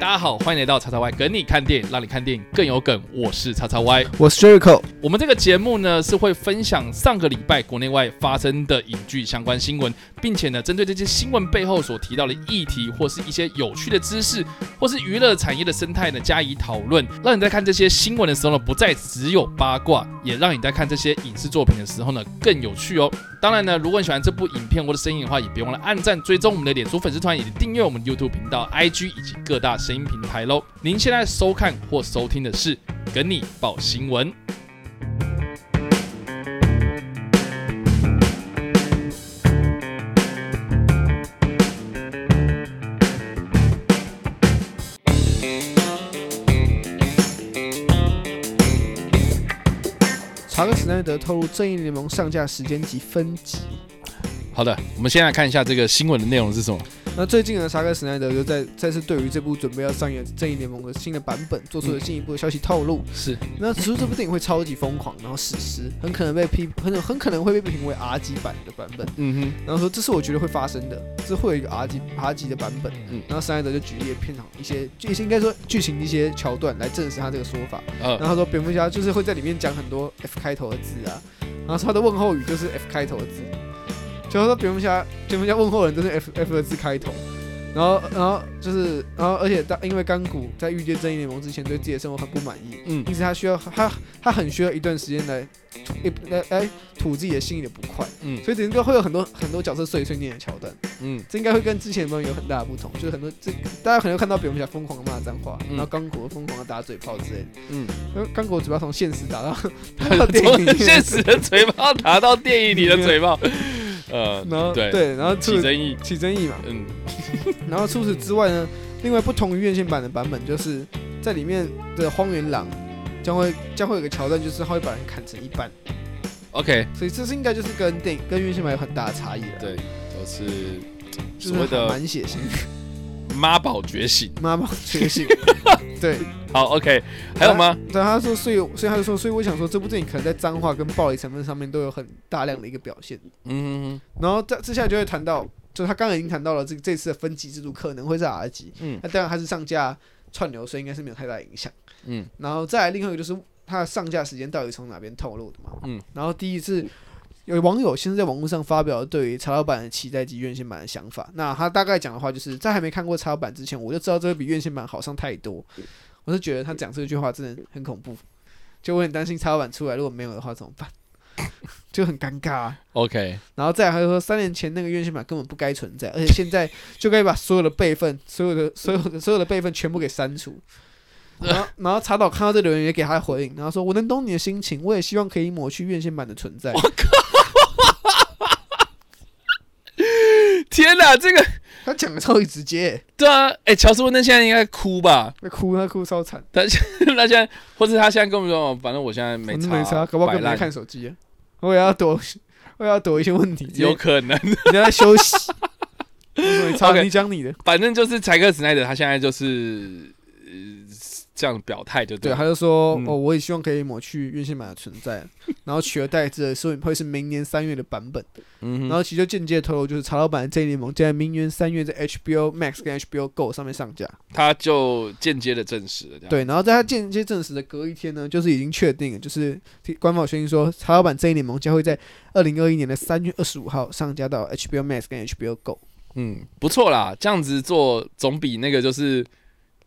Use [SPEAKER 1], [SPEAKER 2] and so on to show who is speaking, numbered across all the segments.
[SPEAKER 1] 家好，欢迎来到叉叉 Y 梗你看电影，让你看电影更有梗。我是叉叉 Y。
[SPEAKER 2] 我是 Jericho，
[SPEAKER 1] 我们这个节目呢是会分享上个礼拜国内外发生的影剧相关新闻，并且呢针对这些新闻背后所提到的议题，或是一些有趣的知识，或是娱乐产业的生态呢加以讨论，让你在看这些新闻的时候呢不再只有八卦，也让你在看这些影视作品的时候呢更有趣哦。当然呢，如果你喜欢这部影片或者声音的话，也别忘了按赞、追踪我们的脸书粉丝团，以及订阅我们的 YouTube 频道、IG 以及各大声音平台喽。您现在收看或收听的是《跟你报新闻》。
[SPEAKER 2] 查克·史奈德透露《正义联盟》上架时间及分级。
[SPEAKER 1] 好的，我们先来看一下这个新闻的内容是什么。
[SPEAKER 2] 那最近呢，查克·史奈德又再再次对于这部准备要上演《正义联盟》的新的版本做出了进一步的消息透露。
[SPEAKER 1] 是
[SPEAKER 2] 那指出这部电影会超级疯狂，然后史诗，很可能被批很很可能会被评为 R 级版的版本。
[SPEAKER 1] 嗯
[SPEAKER 2] 然后说这是我觉得会发生的，这会有一个 R 级 R 级的版本。
[SPEAKER 1] 嗯
[SPEAKER 2] 然后史奈德就举例了片场一些剧情，应该说剧情的一些桥段来证实他这个说法。
[SPEAKER 1] 哼，呃，
[SPEAKER 2] 然后他说蝙蝠侠就是会在里面讲很多 F 开头的字啊，然后他的问候语就是 F 开头的字，就他说蝙蝠侠蝙蝠侠问候人都是 F F 的字开头，然后然后就是然后而且当因为甘谷在遇见正义联盟之前对自己的生活很不满意，
[SPEAKER 1] 嗯
[SPEAKER 2] 因此他需要他他很需要一段时间来吐来来吐自己的心里的不快，
[SPEAKER 1] 嗯
[SPEAKER 2] 所以整个会有很多很多角色碎碎念的桥段，
[SPEAKER 1] 嗯
[SPEAKER 2] 这应该会跟之前的版本有很大的不同，就是很多这大家可能会看到蝙蝠侠疯狂的骂脏话，
[SPEAKER 1] 嗯
[SPEAKER 2] 然后刚果疯狂的打嘴炮之类的。
[SPEAKER 1] 嗯，
[SPEAKER 2] 呃刚果嘴巴从现实打 到打到
[SPEAKER 1] 怎
[SPEAKER 2] 电
[SPEAKER 1] 么
[SPEAKER 2] 影，
[SPEAKER 1] 现，实的嘴巴打到电影里的嘴 巴？呃，
[SPEAKER 2] 然后
[SPEAKER 1] 对
[SPEAKER 2] 对，然后
[SPEAKER 1] 起
[SPEAKER 2] 出
[SPEAKER 1] 争议，
[SPEAKER 2] 起争议嘛。
[SPEAKER 1] 嗯
[SPEAKER 2] 然后除此之外呢，另外不同于院线版的版本，就是在里面的荒原狼将会将会有个桥段，就是他会把人砍成一半，
[SPEAKER 1] ，OK，
[SPEAKER 2] 所以这是应该就是跟电影跟院线版有很大的差异了。，
[SPEAKER 1] 对，就是
[SPEAKER 2] 就
[SPEAKER 1] 所
[SPEAKER 2] 是
[SPEAKER 1] 谓的
[SPEAKER 2] 蛮血腥，
[SPEAKER 1] 妈宝觉醒。
[SPEAKER 2] 妈妈血 腥。对
[SPEAKER 1] 好，OK，还有吗？
[SPEAKER 2] 对，他说，所以所以他就说，所以我想说，这部电影可能在脏话跟暴力成分上面都有很大量的一个表现。
[SPEAKER 1] 嗯
[SPEAKER 2] 然后在接下来就会谈到，就他刚才已经谈到了这这次的分级制度可能会是 R 级，
[SPEAKER 1] 嗯
[SPEAKER 2] 那当然它是上架串流，所以应该是没有太大影响。
[SPEAKER 1] 嗯
[SPEAKER 2] 然后再来另外一个就是它的上架时间到底从哪边透露的嘛？
[SPEAKER 1] 嗯，
[SPEAKER 2] 然后第一是有网友先是在网络上发表了对于查老板的期待及院线版的想法。那他大概讲的话就是，在还没看过查老板之前，我就知道这会比院线版好上太多。我是觉得他讲这句话真的很恐怖，就我很担心查老板出来如果没有的话怎么办， 就很尴尬、啊。
[SPEAKER 1] ，OK，
[SPEAKER 2] 然后再来还说，三年前那个院线版根本不该存在，而且现在就该把所有的备份、所有 的、所有的、所有的备份全部给删除。然后，然后查导看到这留言也给他回应，然后说：“我能懂你的心情，我也希望可以抹去院线版的存在。
[SPEAKER 1] 天哪，这个”
[SPEAKER 2] 他讲的超级直接，
[SPEAKER 1] 对啊，哎，乔斯温登现在应该哭吧？
[SPEAKER 2] 他哭，他哭超惨，
[SPEAKER 1] 他现他现在，或者他现在跟我们说，哦反正我现在没
[SPEAKER 2] 反
[SPEAKER 1] 差，
[SPEAKER 2] 正没差，搞不好
[SPEAKER 1] 摆
[SPEAKER 2] 根本
[SPEAKER 1] 烂
[SPEAKER 2] 没看手机啊。我也要躲，我也要躲一些问题，
[SPEAKER 1] 有可能。
[SPEAKER 2] 人家在休 息。你查，
[SPEAKER 1] OK
[SPEAKER 2] 你讲你的。
[SPEAKER 1] 反正就是柴克史奈德，他现在就是呃这样表态，就对
[SPEAKER 2] 对，
[SPEAKER 1] 了。
[SPEAKER 2] 他就说、
[SPEAKER 1] 嗯
[SPEAKER 2] 哦，我也希望可以抹去院线版的存在，然后取而代之的是会是明年三月的版本，
[SPEAKER 1] 嗯
[SPEAKER 2] 然
[SPEAKER 1] 哼，
[SPEAKER 2] 后其实就间接透露就是查老板的《正义联盟》将在明年三月在 HBO Max 跟 HBO Go 上面上架。
[SPEAKER 1] 他就间接的证实了这样。，
[SPEAKER 2] 对，然后在他间接证实的隔一天呢，就是已经确定了，就是官方有宣布说查老板《正义联盟》将会在二零二一年的三月二十五号上架到 HBO Max 跟 HBO Go。
[SPEAKER 1] 嗯，不错啦，这样子做总比那个就是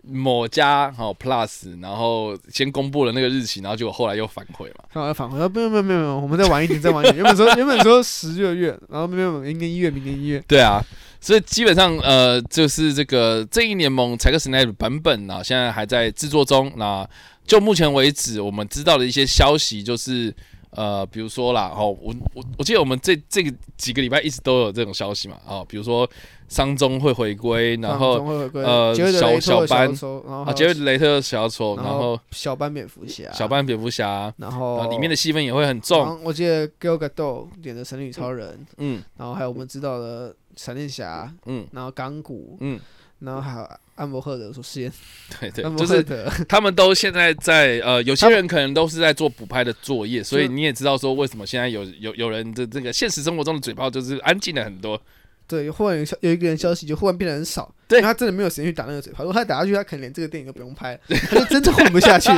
[SPEAKER 1] 某家好、Plus，然后先公布了那个日期，然后结果后来又反悔嘛。
[SPEAKER 2] 然后反悔说没有没有没有没有，我们再晚一点，再晚一点。原本说原本说十月月，然后没有没有，明年一月，明年一月。
[SPEAKER 1] 对啊，所以基本上呃，就是这个《正义联盟》柴克史奈德版本啊，现在还在制作中。那就目前为止，我们知道的一些消息就是。呃，比如说啦，哦，我我我记得我们这这个几个礼拜一直都有这种消息嘛，哦，比如说商中会回归，然后呃
[SPEAKER 2] 呃
[SPEAKER 1] 小小班
[SPEAKER 2] 然后
[SPEAKER 1] 啊，杰瑞雷特小丑，然
[SPEAKER 2] 然后
[SPEAKER 1] 后
[SPEAKER 2] 小班蝙蝠侠，
[SPEAKER 1] 小，班蝙蝠侠，
[SPEAKER 2] 然
[SPEAKER 1] 然
[SPEAKER 2] 后
[SPEAKER 1] 后里面的戏份也会很
[SPEAKER 2] 然
[SPEAKER 1] 重，
[SPEAKER 2] 后我记得 Gal Gadot 演的神女超人，
[SPEAKER 1] 嗯
[SPEAKER 2] 然后还有我们知道的闪电侠，
[SPEAKER 1] 嗯
[SPEAKER 2] 然后钢骨，
[SPEAKER 1] 嗯，
[SPEAKER 2] 然后还有安伯赫德所饰演，
[SPEAKER 1] 对对
[SPEAKER 2] 安，伯
[SPEAKER 1] 就
[SPEAKER 2] 赫
[SPEAKER 1] 是
[SPEAKER 2] 德，
[SPEAKER 1] 他们都现在在呃，有些人可能都是在做补拍的作业，所以你也知道说为什么现在有有有人的这个现实生活中的嘴炮就是安静了很多。
[SPEAKER 2] 对，忽然有消有一个人消息就忽然变得很少，
[SPEAKER 1] 对
[SPEAKER 2] 因为他真的没有时间去打那个嘴炮。如果他打下去，他可能连这个电影都不用拍了，他就真的混不 下去。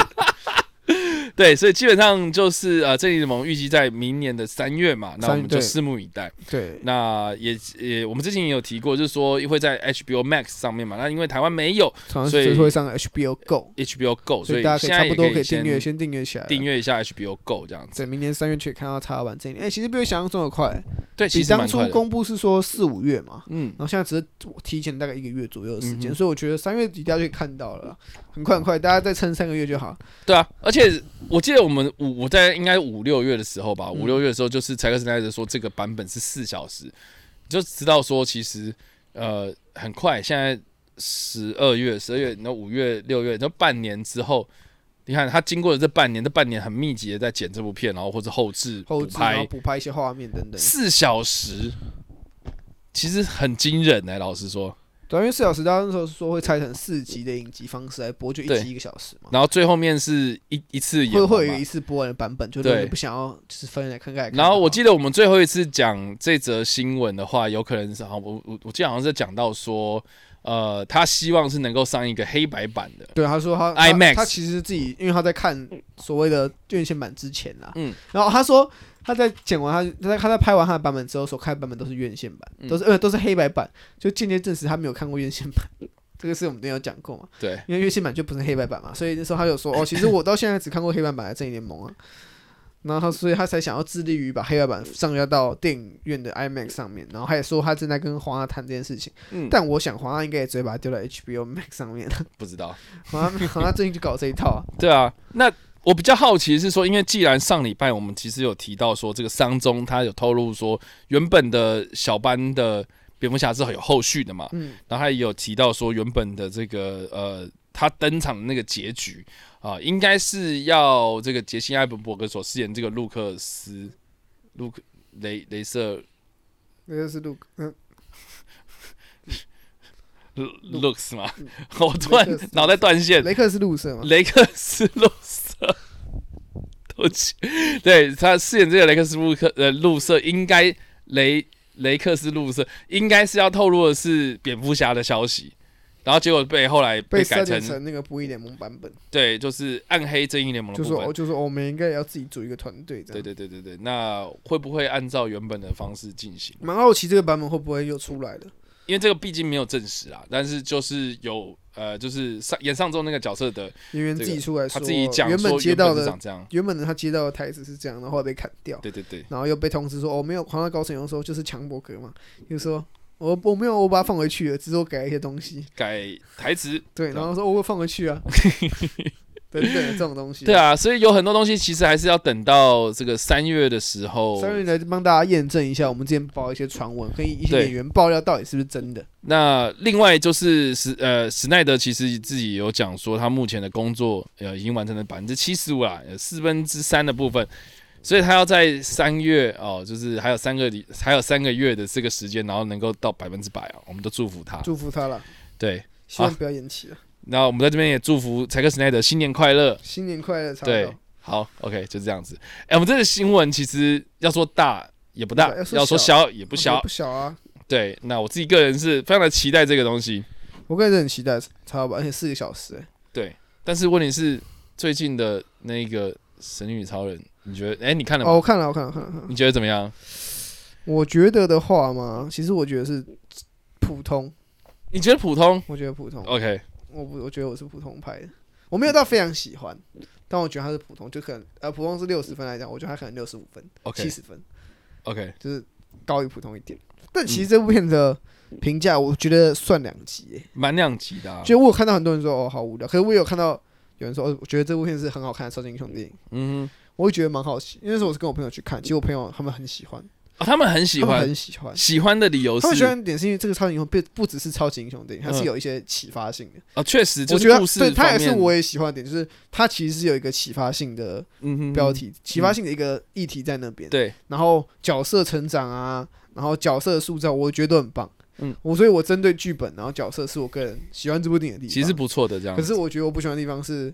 [SPEAKER 1] 对，所以基本上就是呃，正义联盟预计在明年的三月嘛，那我
[SPEAKER 2] 三
[SPEAKER 1] 们就
[SPEAKER 2] 对
[SPEAKER 1] 拭目以待。
[SPEAKER 2] 对，
[SPEAKER 1] 那也也，我们之前也有提过，就是说会在 HBO Max 上面嘛，那因为台湾没有
[SPEAKER 2] 常常
[SPEAKER 1] 所以
[SPEAKER 2] 就是会上 HBO Go，
[SPEAKER 1] HBO Go，
[SPEAKER 2] 所
[SPEAKER 1] 所
[SPEAKER 2] 以大家可
[SPEAKER 1] 现
[SPEAKER 2] 以差
[SPEAKER 1] 在
[SPEAKER 2] 不
[SPEAKER 1] 也
[SPEAKER 2] 多可以
[SPEAKER 1] 先
[SPEAKER 2] 订阅，先订阅起来。
[SPEAKER 1] 订，阅一下 HBO Go 这样子。
[SPEAKER 2] 对，明年三月去看到插板这一年，哎、其实比我想象中的快，
[SPEAKER 1] 对，其
[SPEAKER 2] 比
[SPEAKER 1] 实
[SPEAKER 2] 当
[SPEAKER 1] 蛮
[SPEAKER 2] 初
[SPEAKER 1] 快的。
[SPEAKER 2] 公布是说四五月嘛，
[SPEAKER 1] 嗯，
[SPEAKER 2] 然后现在只是提前大概一个月左右的时
[SPEAKER 1] 嗯
[SPEAKER 2] 间，
[SPEAKER 1] 哼
[SPEAKER 2] 所以我觉得三月底大家就可以看到了，很快很快，大家再撑三个月就好。
[SPEAKER 1] 对啊，而且我记得我们五我在应该五六月的时候吧，
[SPEAKER 2] 嗯
[SPEAKER 1] 五六月的时候就是柴克斯奈德说这个版本是四小时，就知道说其实呃很快，现在十二月、十二月，然后五月、六月，然后半年之后，你看他经过了这半年，这半年很密集的在剪这部片，然后或者后置
[SPEAKER 2] 后
[SPEAKER 1] 补
[SPEAKER 2] 置，然后
[SPEAKER 1] 拍
[SPEAKER 2] 补拍一些画面等等。
[SPEAKER 1] 四小时，其实很惊人哎、老实说。
[SPEAKER 2] 对啊，因为四小时，大家那时候说会拆成四集的影集方式来播，就一
[SPEAKER 1] 对
[SPEAKER 2] 集一个小时嘛。
[SPEAKER 1] 然后最后面是一一次演
[SPEAKER 2] 会
[SPEAKER 1] 完
[SPEAKER 2] 会
[SPEAKER 1] 嘛
[SPEAKER 2] 有一次播完的版本，就如果
[SPEAKER 1] 对
[SPEAKER 2] 你不想要就是分来看看。
[SPEAKER 1] 然后我
[SPEAKER 2] 得
[SPEAKER 1] 记得我们最后一次讲这则新闻的话，有可能是好，我我我记得好像是讲到说，呃，他希望是能够上一个黑白版的，
[SPEAKER 2] 对他说他
[SPEAKER 1] IMAX
[SPEAKER 2] 他他其实自己因为他在看所谓的院线版之前啦，
[SPEAKER 1] 嗯，
[SPEAKER 2] 然后他说他在剪完他他在他在拍完他的版本之后，所看的版本都是院线版，
[SPEAKER 1] 嗯
[SPEAKER 2] 都是呃都是黑白版，就间接证实他没有看过院线版。 这个是我们之前有讲过嘛，
[SPEAKER 1] 对，
[SPEAKER 2] 因为院线版就不是黑白版嘛，所以那时候他有说哦，其实我到现在只看过黑白版的《正义联盟》啊，然后他所以他才想要致力于把黑白版上架到电影院的 IMAX 上面，然后他也说他正在跟黄阿谈这件事情，
[SPEAKER 1] 嗯，
[SPEAKER 2] 但我想黄阿应该也只会把它丢到 HBO Max 上面了，
[SPEAKER 1] 不知道，
[SPEAKER 2] 黄阿黄阿最近就搞这一啊套啊，
[SPEAKER 1] 对啊，那。我比较好奇是说，因为既然上礼拜我们其实有提到说，这个商中他有透露说，原本的小班的蝙蝠侠是很有后续的嘛，
[SPEAKER 2] 嗯，
[SPEAKER 1] 然后他也有提到说，原本的这个呃，他登场的那个结局啊、应该是要这个杰西·艾伦伯格所饰演这个路克斯，路克雷雷瑟
[SPEAKER 2] 那就是路嗯，
[SPEAKER 1] 路克斯嘛
[SPEAKER 2] 嗯，
[SPEAKER 1] 我突然
[SPEAKER 2] 雷克斯
[SPEAKER 1] 脑袋断线，
[SPEAKER 2] 雷克是路色嘛，
[SPEAKER 1] 雷克斯路瑟，对不起，对他饰演这个雷克斯路克呃路瑟，应该雷雷克斯路瑟应该是要透露的是蝙蝠侠的消息，然后结果被后来
[SPEAKER 2] 被
[SPEAKER 1] 改
[SPEAKER 2] 删减
[SPEAKER 1] 成
[SPEAKER 2] 成那个不义联盟版本，
[SPEAKER 1] 对，就是暗黑正义联盟的
[SPEAKER 2] 就
[SPEAKER 1] 部
[SPEAKER 2] 说哦
[SPEAKER 1] 分。
[SPEAKER 2] 就说哦我们应该也要自己组一个团队这
[SPEAKER 1] 对对
[SPEAKER 2] 样。
[SPEAKER 1] 对对对，那会不会按照原本的方式进行？
[SPEAKER 2] 蛮好奇这个版本会不会又出来的，
[SPEAKER 1] 因为这个毕竟没有证实啊，但是就是有呃，就是上演上周那个角色的
[SPEAKER 2] 演员自己出来
[SPEAKER 1] 他
[SPEAKER 2] 呃说，
[SPEAKER 1] 自己讲
[SPEAKER 2] 原
[SPEAKER 1] 说
[SPEAKER 2] 本接到
[SPEAKER 1] 是
[SPEAKER 2] 的
[SPEAKER 1] 长这样。
[SPEAKER 2] 原本的他接到的台词是这样，然后被砍掉，
[SPEAKER 1] 对对对，
[SPEAKER 2] 然后又被通知说哦，没有，狂到高层有时候就是强伯格嘛，就说我我没有，我把它放回去了，只是我改了一些东西，
[SPEAKER 1] 改台词。对
[SPEAKER 2] 对，
[SPEAKER 1] 啊
[SPEAKER 2] 然后说、哦、我会放回去 啊，等等的这种东西，
[SPEAKER 1] 对，啊，所以有很多东西其实还是要等到这个三月的时候。
[SPEAKER 2] 三月来帮大家验证一下我们之前报一些传闻跟一些
[SPEAKER 1] 对
[SPEAKER 2] 演员爆料到底是不是真的，
[SPEAKER 1] 那另外就是史呃史奈德其实自己有讲说，他目前的工作呃已经完成了百分之七十五啦，有四分之三的部分，所以他要在三月哦，就是还有三个礼，还有三个月的这个时间，然后能够到百分之百啊，我们都祝福他。
[SPEAKER 2] 祝福他了，
[SPEAKER 1] 对，
[SPEAKER 2] 希望不要延期了，
[SPEAKER 1] 那我们在这边也祝福柴克史奈德新年快乐。
[SPEAKER 2] 新年快乐，查到
[SPEAKER 1] 对，好，OK，就这样子。哎、我们这个新闻其实要说大也不大
[SPEAKER 2] 要，说
[SPEAKER 1] 要说小也不小
[SPEAKER 2] 不。小啊，
[SPEAKER 1] 对，那我自己个人是非常的期待这个东西。
[SPEAKER 2] 我个人是很期待查到吧，而且四个小时、欸
[SPEAKER 1] 对，但是问题是最近的那个《神女与超人》，你觉得？哎、你看了吗？
[SPEAKER 2] 哦，我看了，我看了，我看了，我看了。
[SPEAKER 1] 你觉得怎么样？
[SPEAKER 2] 我觉得的话嘛，其实我觉得是普通，
[SPEAKER 1] 你觉得普通
[SPEAKER 2] 我觉得普通，
[SPEAKER 1] ？OK，
[SPEAKER 2] 我不，我觉得我是普通派的，我没有到非常喜欢，但我觉得他是普通，就可能呃，普通是六十分来讲，我觉得他可能六十五分、
[SPEAKER 1] OK
[SPEAKER 2] 七十分，
[SPEAKER 1] OK，
[SPEAKER 2] 就是高于普通一点。但
[SPEAKER 1] 嗯
[SPEAKER 2] 其实这部片的评价，我觉得算两极耶、
[SPEAKER 1] 蛮两极的、啊。
[SPEAKER 2] 就我有看到很多人说哦好无聊，可是我也有看到有人说哦，我觉得这部片是很好看的超级英雄电影，
[SPEAKER 1] 嗯哼，
[SPEAKER 2] 我会觉得蛮好奇，因为那时候我是跟我朋友去看，其实我朋友他们很喜欢，
[SPEAKER 1] 哦，他们很嗯喜
[SPEAKER 2] 他们
[SPEAKER 1] 欢，
[SPEAKER 2] 很喜欢，
[SPEAKER 1] 喜欢的理由
[SPEAKER 2] 他们喜
[SPEAKER 1] 是
[SPEAKER 2] 欢的点是因为这个超级英雄不不只是超级英雄电影，它是有一些启发性的。
[SPEAKER 1] 哦，确实就
[SPEAKER 2] 我
[SPEAKER 1] 是
[SPEAKER 2] 觉得
[SPEAKER 1] 故事
[SPEAKER 2] 对它也
[SPEAKER 1] 方
[SPEAKER 2] 是
[SPEAKER 1] 面
[SPEAKER 2] 我也喜欢的点，就是它其实是有一个启发性的
[SPEAKER 1] 嗯哼
[SPEAKER 2] 标题、启发性的一个议题在那边。
[SPEAKER 1] 对，
[SPEAKER 2] 然后角色成长啊，然后角色的塑造，我觉得都很棒。
[SPEAKER 1] 嗯，
[SPEAKER 2] 我所以，我针对剧本，然后角色是我个人喜欢这部电影的地方。
[SPEAKER 1] 其实，不错的这样
[SPEAKER 2] 可
[SPEAKER 1] 子。
[SPEAKER 2] 是我觉得我不喜欢的地方是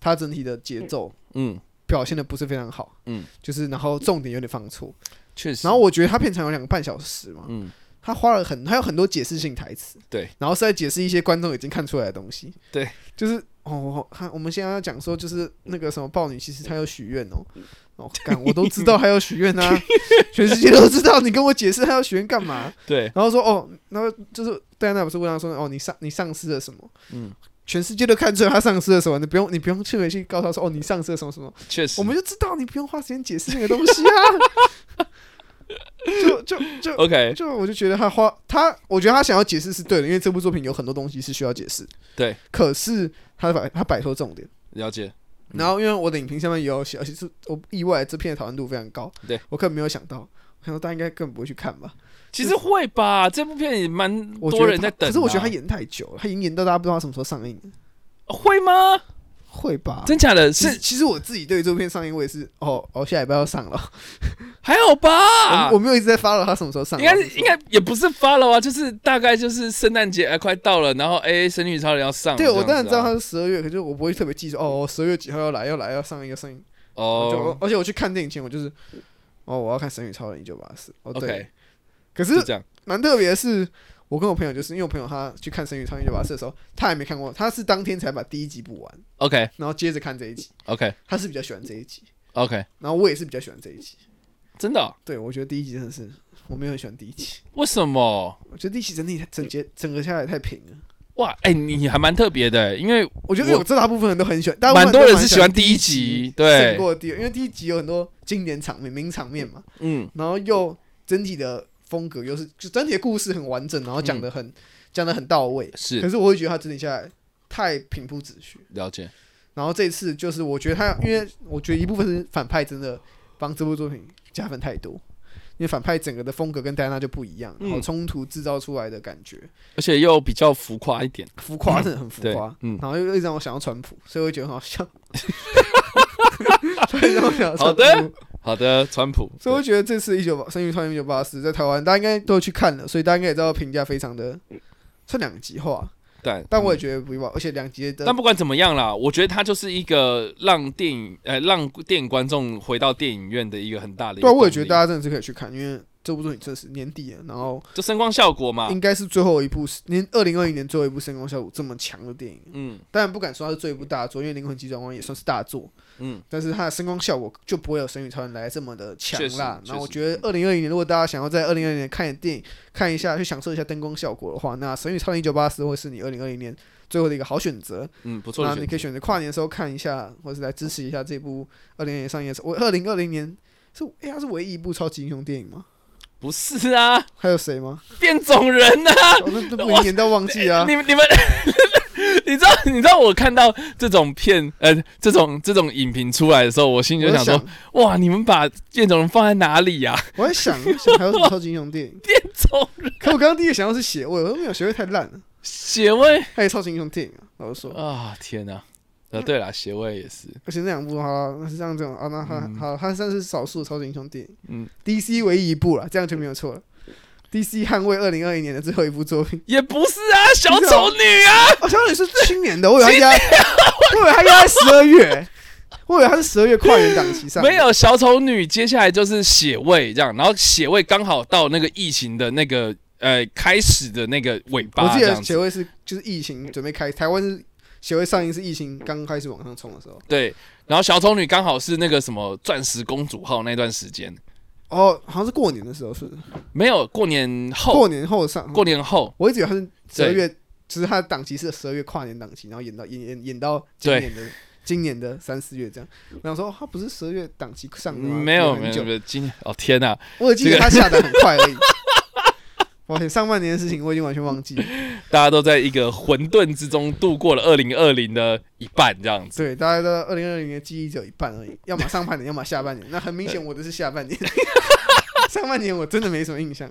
[SPEAKER 2] 它整体的节奏
[SPEAKER 1] 嗯，
[SPEAKER 2] 表现的不是非常好。
[SPEAKER 1] 嗯，
[SPEAKER 2] 就是然后重点有点放错。
[SPEAKER 1] 确实。
[SPEAKER 2] 然后我觉得它片长有两个半小时嘛，
[SPEAKER 1] 嗯，
[SPEAKER 2] 他花了很，还有很多解释性台词，
[SPEAKER 1] 对，
[SPEAKER 2] 然后是在解释一些观众已经看出来的东西，
[SPEAKER 1] 对，
[SPEAKER 2] 就是哦，看我们现在要讲说，就是那个什么豹女，其实她有许愿
[SPEAKER 1] 嗯
[SPEAKER 2] 哦，哦，干，我都知道她有许愿 啊，全世界都知道，你跟我解释她要许愿干嘛？
[SPEAKER 1] 对，
[SPEAKER 2] 然后说哦，然后就是戴安娜不是问他说哦，你丧你丧失了什么？
[SPEAKER 1] 嗯，
[SPEAKER 2] 全世界都看出来他丧失了什么，你不用你不用去回去告诉他说哦，你丧失了什么什么，
[SPEAKER 1] 确实
[SPEAKER 2] 我。们就知道你不用花时间解释那个东西啊。 就就就
[SPEAKER 1] OK，
[SPEAKER 2] 就我就觉得他花他，我觉得他想要解释是对的，因为这部作品有很多东西是需要解释。
[SPEAKER 1] 对，
[SPEAKER 2] 可是他摆他摆脱重点。
[SPEAKER 1] 了解。嗯
[SPEAKER 2] 然后因为我的影评下面也有写，而且是我意外这片的讨论度非常高，
[SPEAKER 1] 对
[SPEAKER 2] 我根本没有想到，我想说大家应该根本不会去看吧。
[SPEAKER 1] 其实会吧，这部片也蛮
[SPEAKER 2] 我觉
[SPEAKER 1] 多
[SPEAKER 2] 得
[SPEAKER 1] 人
[SPEAKER 2] 他
[SPEAKER 1] 在等啊、
[SPEAKER 2] 可是我觉得他演太久了，他已经演到大家不知道他什么时候上映了，
[SPEAKER 1] 哦会吗？
[SPEAKER 2] 啊会吧？
[SPEAKER 1] 真假的？
[SPEAKER 2] 其实
[SPEAKER 1] 是
[SPEAKER 2] 其实我自己对这部片上映，我也是哦哦，下礼拜要上了，
[SPEAKER 1] 还好吧？
[SPEAKER 2] 我我没有一直在发了他什么时候上，
[SPEAKER 1] 啊应该
[SPEAKER 2] 然后
[SPEAKER 1] 是
[SPEAKER 2] 什么时候
[SPEAKER 1] 应该也不是 follow 啊，就是大概就是圣诞节哎快到了，然后哎、神女超人要上了这样
[SPEAKER 2] 对
[SPEAKER 1] 子啊、
[SPEAKER 2] 我当然知道他是十二月，可是我不会特别记住哦，十二月几号要来要来要上映要上映，
[SPEAKER 1] 哦
[SPEAKER 2] 就而且我去看电影前我就是哦我要看《神与超人一九八四》哦对
[SPEAKER 1] ，OK，，
[SPEAKER 2] 可
[SPEAKER 1] 是
[SPEAKER 2] 是
[SPEAKER 1] 这样，
[SPEAKER 2] 蛮特别的是。我跟我朋友就是因为我朋友他去看《神与超人一九八四》的时候，他还没看过，他是当天才把第一集补完，
[SPEAKER 1] OK
[SPEAKER 2] 然后接着看这一集。
[SPEAKER 1] OK
[SPEAKER 2] 他是比较喜欢这一集，
[SPEAKER 1] OK，
[SPEAKER 2] 然后我也是比较喜欢这一集。
[SPEAKER 1] 真的哦、
[SPEAKER 2] 对，我觉得第一集真的是，我没有很喜欢第一集。
[SPEAKER 1] 为什么？
[SPEAKER 2] 我觉得第一集整体整节整个下来太平了。
[SPEAKER 1] 哇，哎、你还蛮特别的，因为
[SPEAKER 2] 我觉得
[SPEAKER 1] 我
[SPEAKER 2] 有这大部分人都很喜欢，大部分
[SPEAKER 1] 蛮多人是
[SPEAKER 2] 喜
[SPEAKER 1] 喜欢第一集，
[SPEAKER 2] 胜
[SPEAKER 1] 对，
[SPEAKER 2] 过第二，因为第一集有很多经典场面、名场面嘛，
[SPEAKER 1] 嗯，
[SPEAKER 2] 然后又整体的风格又是就整体的故事很完整，然后讲的很讲的、很到位。可
[SPEAKER 1] 是
[SPEAKER 2] 是我会觉得他整体下来太平铺直叙。
[SPEAKER 1] 了解，
[SPEAKER 2] 然后这次就是我觉得他，因为我觉得一部分是反派真的帮这部作品加分太多，因为反派整个的风格跟戴安娜就不一样，
[SPEAKER 1] 嗯
[SPEAKER 2] 然后冲突制造出来的感觉、
[SPEAKER 1] 而且又比较浮夸一点，
[SPEAKER 2] 浮夸，真的很浮
[SPEAKER 1] 对
[SPEAKER 2] 夸，，
[SPEAKER 1] 嗯，
[SPEAKER 2] 然后又又让我想要川普，所以我会觉得很好笑， 所以让我想要
[SPEAKER 1] 好
[SPEAKER 2] 川
[SPEAKER 1] 的
[SPEAKER 2] 普。
[SPEAKER 1] 好的，川普，
[SPEAKER 2] 所以我觉得这次一九八《生于穿一九八四》在台湾，大家应该都去看了，所以大家应该也知道评价非常的，算两极化，
[SPEAKER 1] 对，
[SPEAKER 2] 但我也觉得不意外，而且两极的
[SPEAKER 1] 但不管怎么样啦，我觉得它就是一个让电影呃让电影观众回到电影院的一个很大的一个
[SPEAKER 2] 对啊，
[SPEAKER 1] 动力。
[SPEAKER 2] 我也觉得大家真的是可以去看，因为这部作品真的是年底了，然后
[SPEAKER 1] 就声光效果嘛，
[SPEAKER 2] 应该是最后一部，连二零二一年最后一部《声光效果》这么强的电影，
[SPEAKER 1] 嗯
[SPEAKER 2] 当然不敢说它是最后一部大作，因为《灵魂急转弯》也算是大作，
[SPEAKER 1] 嗯，
[SPEAKER 2] 但是它的声光效果就不会有《神与超人》来得这么的强
[SPEAKER 1] 确实
[SPEAKER 2] 啦。
[SPEAKER 1] 确
[SPEAKER 2] 然后我
[SPEAKER 1] 实
[SPEAKER 2] 觉得二零二一年，如果大家想要在二零二零年看电影，看一下去享受一下灯光效果的话，那《神与超人一九八四》会是你二零二零年最后的一个好选择。
[SPEAKER 1] 嗯，不错
[SPEAKER 2] 那
[SPEAKER 1] 的
[SPEAKER 2] 你
[SPEAKER 1] 选
[SPEAKER 2] 可以选择跨年的时候看一下，或是来支持一下这部二零年上映的时候。我二零二零年是哎，它是唯一一部超级英雄电影吗？
[SPEAKER 1] 不是啊，
[SPEAKER 2] 还有谁吗？
[SPEAKER 1] 变种人呐、
[SPEAKER 2] 哦、那那不能演到忘记 啊！
[SPEAKER 1] 你们你们。你知道，你知道我看到这种片，呃，这种这种影评出来的时候，我心里
[SPEAKER 2] 我
[SPEAKER 1] 就
[SPEAKER 2] 在
[SPEAKER 1] 想说，
[SPEAKER 2] 想，
[SPEAKER 1] 哇，你们把变种人放在哪里呀、啊
[SPEAKER 2] 我在想，我在想还有什么超级英雄电影？
[SPEAKER 1] 变种人
[SPEAKER 2] 可我刚刚第一个想到是血味，我都没有血味太烂了。
[SPEAKER 1] 血味
[SPEAKER 2] 还有超级英雄电影啊，老实说，
[SPEAKER 1] 啊，天哪、呃，
[SPEAKER 2] 嗯
[SPEAKER 1] 对了，血味也是，
[SPEAKER 2] 而且那两部哈，那是像这种啊，那他好，他算是少数超级英雄电影
[SPEAKER 1] 嗯，，
[SPEAKER 2] ，DC 唯一一部了，这样就没有错了。DC 捍卫二零二一年的最后一部作品
[SPEAKER 1] 也不是啊，小丑女啊，
[SPEAKER 2] 哦，小李是去年的，我以为他压，我以为他压在十二月，我以为他是十二月跨年档期上，
[SPEAKER 1] 没，有小丑女，接下来就是血味这样，然后血味刚好到那个疫情的那个呃开始的那个尾
[SPEAKER 2] 我
[SPEAKER 1] 巴
[SPEAKER 2] 记
[SPEAKER 1] 这
[SPEAKER 2] 得
[SPEAKER 1] 样
[SPEAKER 2] 协
[SPEAKER 1] 子。
[SPEAKER 2] 会是就是疫情准备开，台湾是协会上映是疫情刚开始往上冲的时候，
[SPEAKER 1] 对，然后小丑女刚好是那个什么钻石公主号那段时间，
[SPEAKER 2] 哦，好像是过年的时候是不是
[SPEAKER 1] 没有过年后，
[SPEAKER 2] 过年后上，
[SPEAKER 1] 过年后
[SPEAKER 2] 我一直以为他是十二月，就是他的档期是十二月跨年档期，然后演到演演演到今
[SPEAKER 1] 对
[SPEAKER 2] 年的今年的三四月这样。我想说，哦他不是十二月档期上的吗？
[SPEAKER 1] 没有
[SPEAKER 2] 演
[SPEAKER 1] 没
[SPEAKER 2] 很
[SPEAKER 1] 有
[SPEAKER 2] 久
[SPEAKER 1] 没，有，今年哦天哪、
[SPEAKER 2] 我只记
[SPEAKER 1] 这
[SPEAKER 2] 得
[SPEAKER 1] 个
[SPEAKER 2] 他下的很 快而已。抱歉，上半年的事情我已经完全忘记了。
[SPEAKER 1] 大家都在一个混沌之中度过了二零二零的一半这样子。
[SPEAKER 2] 对，大家的二零二零年记忆只有一半而已，要么上半年，要么下半年。那很明显，我的是 下半年。上半年我真的没什么印象。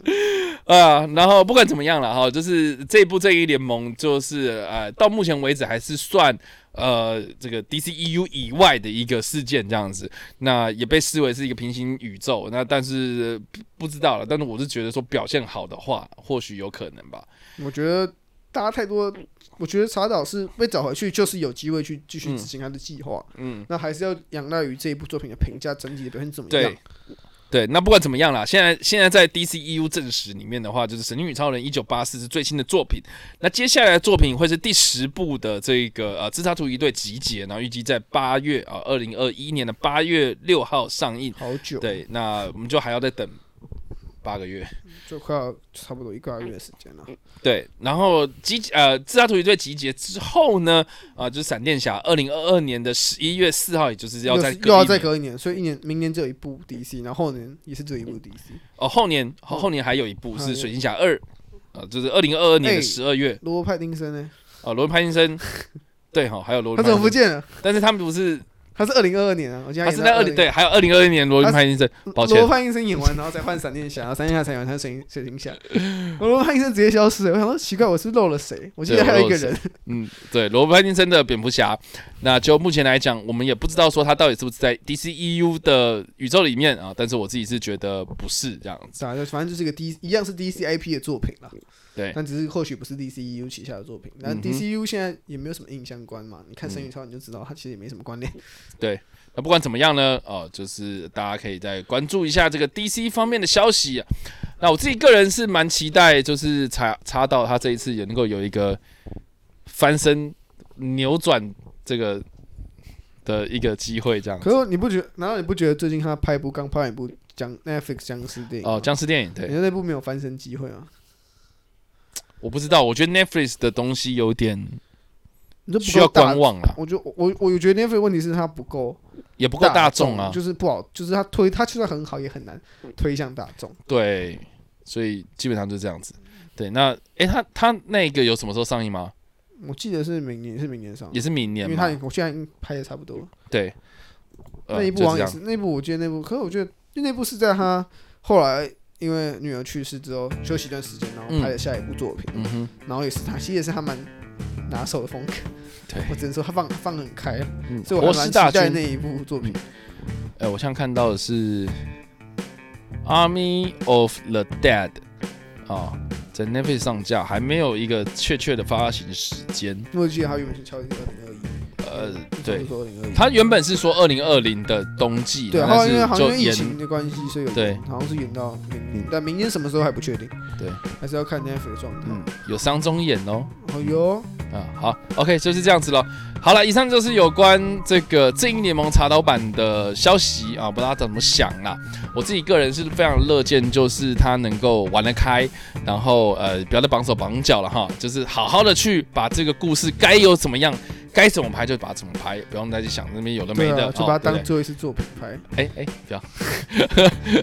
[SPEAKER 1] 啊，然后不管怎么样了哈，就是这一部《正义联盟》，就是呃，到目前为止还是算呃这个 DCEU 以外的一个事件这样子，那也被视为是一个平行宇宙。那但是呃不知道了，但是我是觉得说表现好的话，或许有可能吧。
[SPEAKER 2] 我觉得大家太多，我觉得查岛是被找回去，就是有机会去继续执行他的计划。
[SPEAKER 1] 嗯，
[SPEAKER 2] 那还是要仰赖于这一部作品的评价整体的表现怎么样
[SPEAKER 1] 对。对，那不管怎么样啦，现在现在在 E DCEU 正史里面的话，就是《神力女超人》一九八四是最新的作品。那接下来的作品会是第十部的这个呃自杀突击队集结，然后预计在八月啊二零二一年的八月六号上映。
[SPEAKER 2] 好久，，
[SPEAKER 1] 对，那我们就还要再等八个月。
[SPEAKER 2] 就快要差不多一个月的时间了。
[SPEAKER 1] 对，然后集呃自杀突击队集结之后呢，啊、就是闪电侠二零二二年的十一月四号，也就是要
[SPEAKER 2] 又
[SPEAKER 1] 在
[SPEAKER 2] 是又要再
[SPEAKER 1] 隔
[SPEAKER 2] 隔一年，所以一年明年只有一部 DC，然后后年也是只有一部 DC。
[SPEAKER 1] 哦后年后后年还有一部
[SPEAKER 2] 还有
[SPEAKER 1] 是水晶侠二，啊，就是二零二二年
[SPEAKER 2] 哎
[SPEAKER 1] 的十二月，
[SPEAKER 2] 罗伯·派丁森呢？
[SPEAKER 1] 哦，罗伯·派丁 森，对哈、还有罗
[SPEAKER 2] 他
[SPEAKER 1] 伯·
[SPEAKER 2] 怎么
[SPEAKER 1] 派
[SPEAKER 2] 不
[SPEAKER 1] 丁森，
[SPEAKER 2] 见了？
[SPEAKER 1] 但是他们不是，
[SPEAKER 2] 他是二零二二年啊，我记得
[SPEAKER 1] 他
[SPEAKER 2] 演
[SPEAKER 1] 是
[SPEAKER 2] 到
[SPEAKER 1] 在二零
[SPEAKER 2] 20
[SPEAKER 1] 对，还有二零二零年罗伯·派丁森，抱
[SPEAKER 2] 罗
[SPEAKER 1] 歉
[SPEAKER 2] 伯·派丁森演完，然后再换闪电侠，然后闪电侠才演完他水晶水 晶侠，罗伯·派丁森直接消失了。我想说奇怪，我是不是漏了谁？我记得
[SPEAKER 1] 对
[SPEAKER 2] 还有一个
[SPEAKER 1] 我漏
[SPEAKER 2] 人
[SPEAKER 1] 了，嗯，对，罗伯·派丁森的蝙蝠侠，那就目前来讲，我们也不知道说他到底是不是在 DCEU 的宇宙里面啊，但是我自己是觉得不是这样子。
[SPEAKER 2] 咋就反正就是一个 D 一样是 DC IP 的作品啦。
[SPEAKER 1] 对
[SPEAKER 2] 但只是或许不是 DCU 旗下的作品，但
[SPEAKER 1] 嗯哼嗯
[SPEAKER 2] DCU 现在也没有什么硬相关嘛。你看《神与超人》你就知道，它其实也没什么关联。
[SPEAKER 1] 那不管怎么样呢，哦，就是大家可以再关注一下这个 DC 方面的消息、啊。那我自己个人是蛮期待，就是查查到他这一次也能够有一个翻身扭转这个的一个机会，这样子。
[SPEAKER 2] 可是你不觉难道你不觉得最近他拍一部刚拍完一部僵 Netflix 僵尸电影吗
[SPEAKER 1] 哦，僵尸电影，
[SPEAKER 2] 你
[SPEAKER 1] 对，
[SPEAKER 2] 说那部没有翻身机会吗？
[SPEAKER 1] 我不知道，我觉得 Netflix 的东西有点
[SPEAKER 2] 你就不
[SPEAKER 1] 需要
[SPEAKER 2] 够大
[SPEAKER 1] 观。望啦，
[SPEAKER 2] 我就我我觉得 Netflix 问题是它不够
[SPEAKER 1] 也不
[SPEAKER 2] 不
[SPEAKER 1] 够大众啊，
[SPEAKER 2] 就是不好，就是它推它就算很好也很难推向大众。
[SPEAKER 1] 对，所以基本上就这样子。对，那诶，他他那个有什么时候上映吗？
[SPEAKER 2] 我记得是明年是明年上的
[SPEAKER 1] 也，是明
[SPEAKER 2] 因
[SPEAKER 1] 年
[SPEAKER 2] 为它
[SPEAKER 1] 嘛
[SPEAKER 2] 已，我现在已经拍的差不多了。
[SPEAKER 1] 对。呃
[SPEAKER 2] 那一部
[SPEAKER 1] 就
[SPEAKER 2] 王
[SPEAKER 1] 这
[SPEAKER 2] 也
[SPEAKER 1] 样
[SPEAKER 2] 是那部，我记得那部，可是我觉得那部是在他后来因为女儿去世之后休息一段时间，然后
[SPEAKER 1] 嗯
[SPEAKER 2] 拍的下一部作品，
[SPEAKER 1] 嗯哼，
[SPEAKER 2] 然后也是他其实也是他蛮拿手的风格，
[SPEAKER 1] 对，
[SPEAKER 2] 我只能说他放放得很开，啊
[SPEAKER 1] 嗯
[SPEAKER 2] 所以我
[SPEAKER 1] 活
[SPEAKER 2] 还蛮
[SPEAKER 1] 尸
[SPEAKER 2] 期
[SPEAKER 1] 大
[SPEAKER 2] 待
[SPEAKER 1] 军
[SPEAKER 2] 那。一部作品。
[SPEAKER 1] 哎，我现在看到的是《Army of the Dead》啊，在 Netflix 上架，还没有一个确切的发行时间。
[SPEAKER 2] 因为我记得他原本是敲定二零二一，
[SPEAKER 1] 呃
[SPEAKER 2] 嗯，
[SPEAKER 1] 对，
[SPEAKER 2] 说二零二一，
[SPEAKER 1] 它原本是说二零二零的冬季，
[SPEAKER 2] 对，后
[SPEAKER 1] 但
[SPEAKER 2] 来因为
[SPEAKER 1] 是
[SPEAKER 2] 好像
[SPEAKER 1] 就
[SPEAKER 2] 因为疫情
[SPEAKER 1] 延
[SPEAKER 2] 的关系，所以有
[SPEAKER 1] 对嗯
[SPEAKER 2] 好像是延到明年，但明年什么时候还不确定，
[SPEAKER 1] 对，
[SPEAKER 2] 还是要看 Netflix 的状态。
[SPEAKER 1] 嗯有伤中眼哦。
[SPEAKER 2] 哦哟，
[SPEAKER 1] 啊，好，OK，就是这样子咯。好了，以上就是有关这个《正义联盟》查刀版的消息啊，不知道大家怎么想啦。我自己个人是非常乐见，就是他能够玩得开，然后呃，不要再绑手绑脚了哈，就是好好的去把这个故事该有怎么样，该怎么拍就把它怎么拍，不用再去想那边有的没
[SPEAKER 2] 对
[SPEAKER 1] 的，
[SPEAKER 2] 啊，就
[SPEAKER 1] 哦
[SPEAKER 2] 把它
[SPEAKER 1] 对不
[SPEAKER 2] 当
[SPEAKER 1] 对
[SPEAKER 2] 做一次作品拍，
[SPEAKER 1] 哎哎，不要，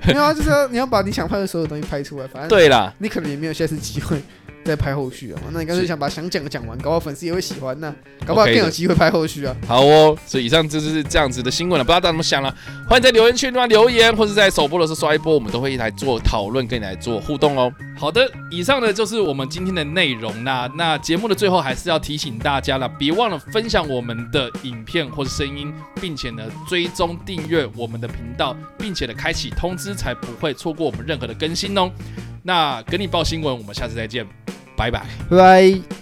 [SPEAKER 2] 没有啊，就是要你要把你想拍的所有东西拍出来，反正
[SPEAKER 1] 对啦，
[SPEAKER 2] 你可能也没有下次机会再拍后续啊。那你干脆
[SPEAKER 1] 是
[SPEAKER 2] 想把想讲的讲完，搞不好粉丝也会喜欢呐、搞不好
[SPEAKER 1] OK
[SPEAKER 2] 更
[SPEAKER 1] 的
[SPEAKER 2] 有机会拍后续啊。
[SPEAKER 1] 好哦，所以以上就是这样子的新闻了，不知道大家怎么想了？欢迎在留言区里面留言，或者在首播的时候刷一波，我们都会来做讨论，跟你来做互动哦。
[SPEAKER 3] 好的，以上呢就是我们今天的内容啦。那节目的最后还是要提醒大家啦，别忘了分享我们的影片或是声音，并且呢追踪订阅我们的频道，并且呢开启通知，才不会错过我们任何的更新哦。那跟你报新闻，我们下次再见，拜拜。
[SPEAKER 2] 拜拜。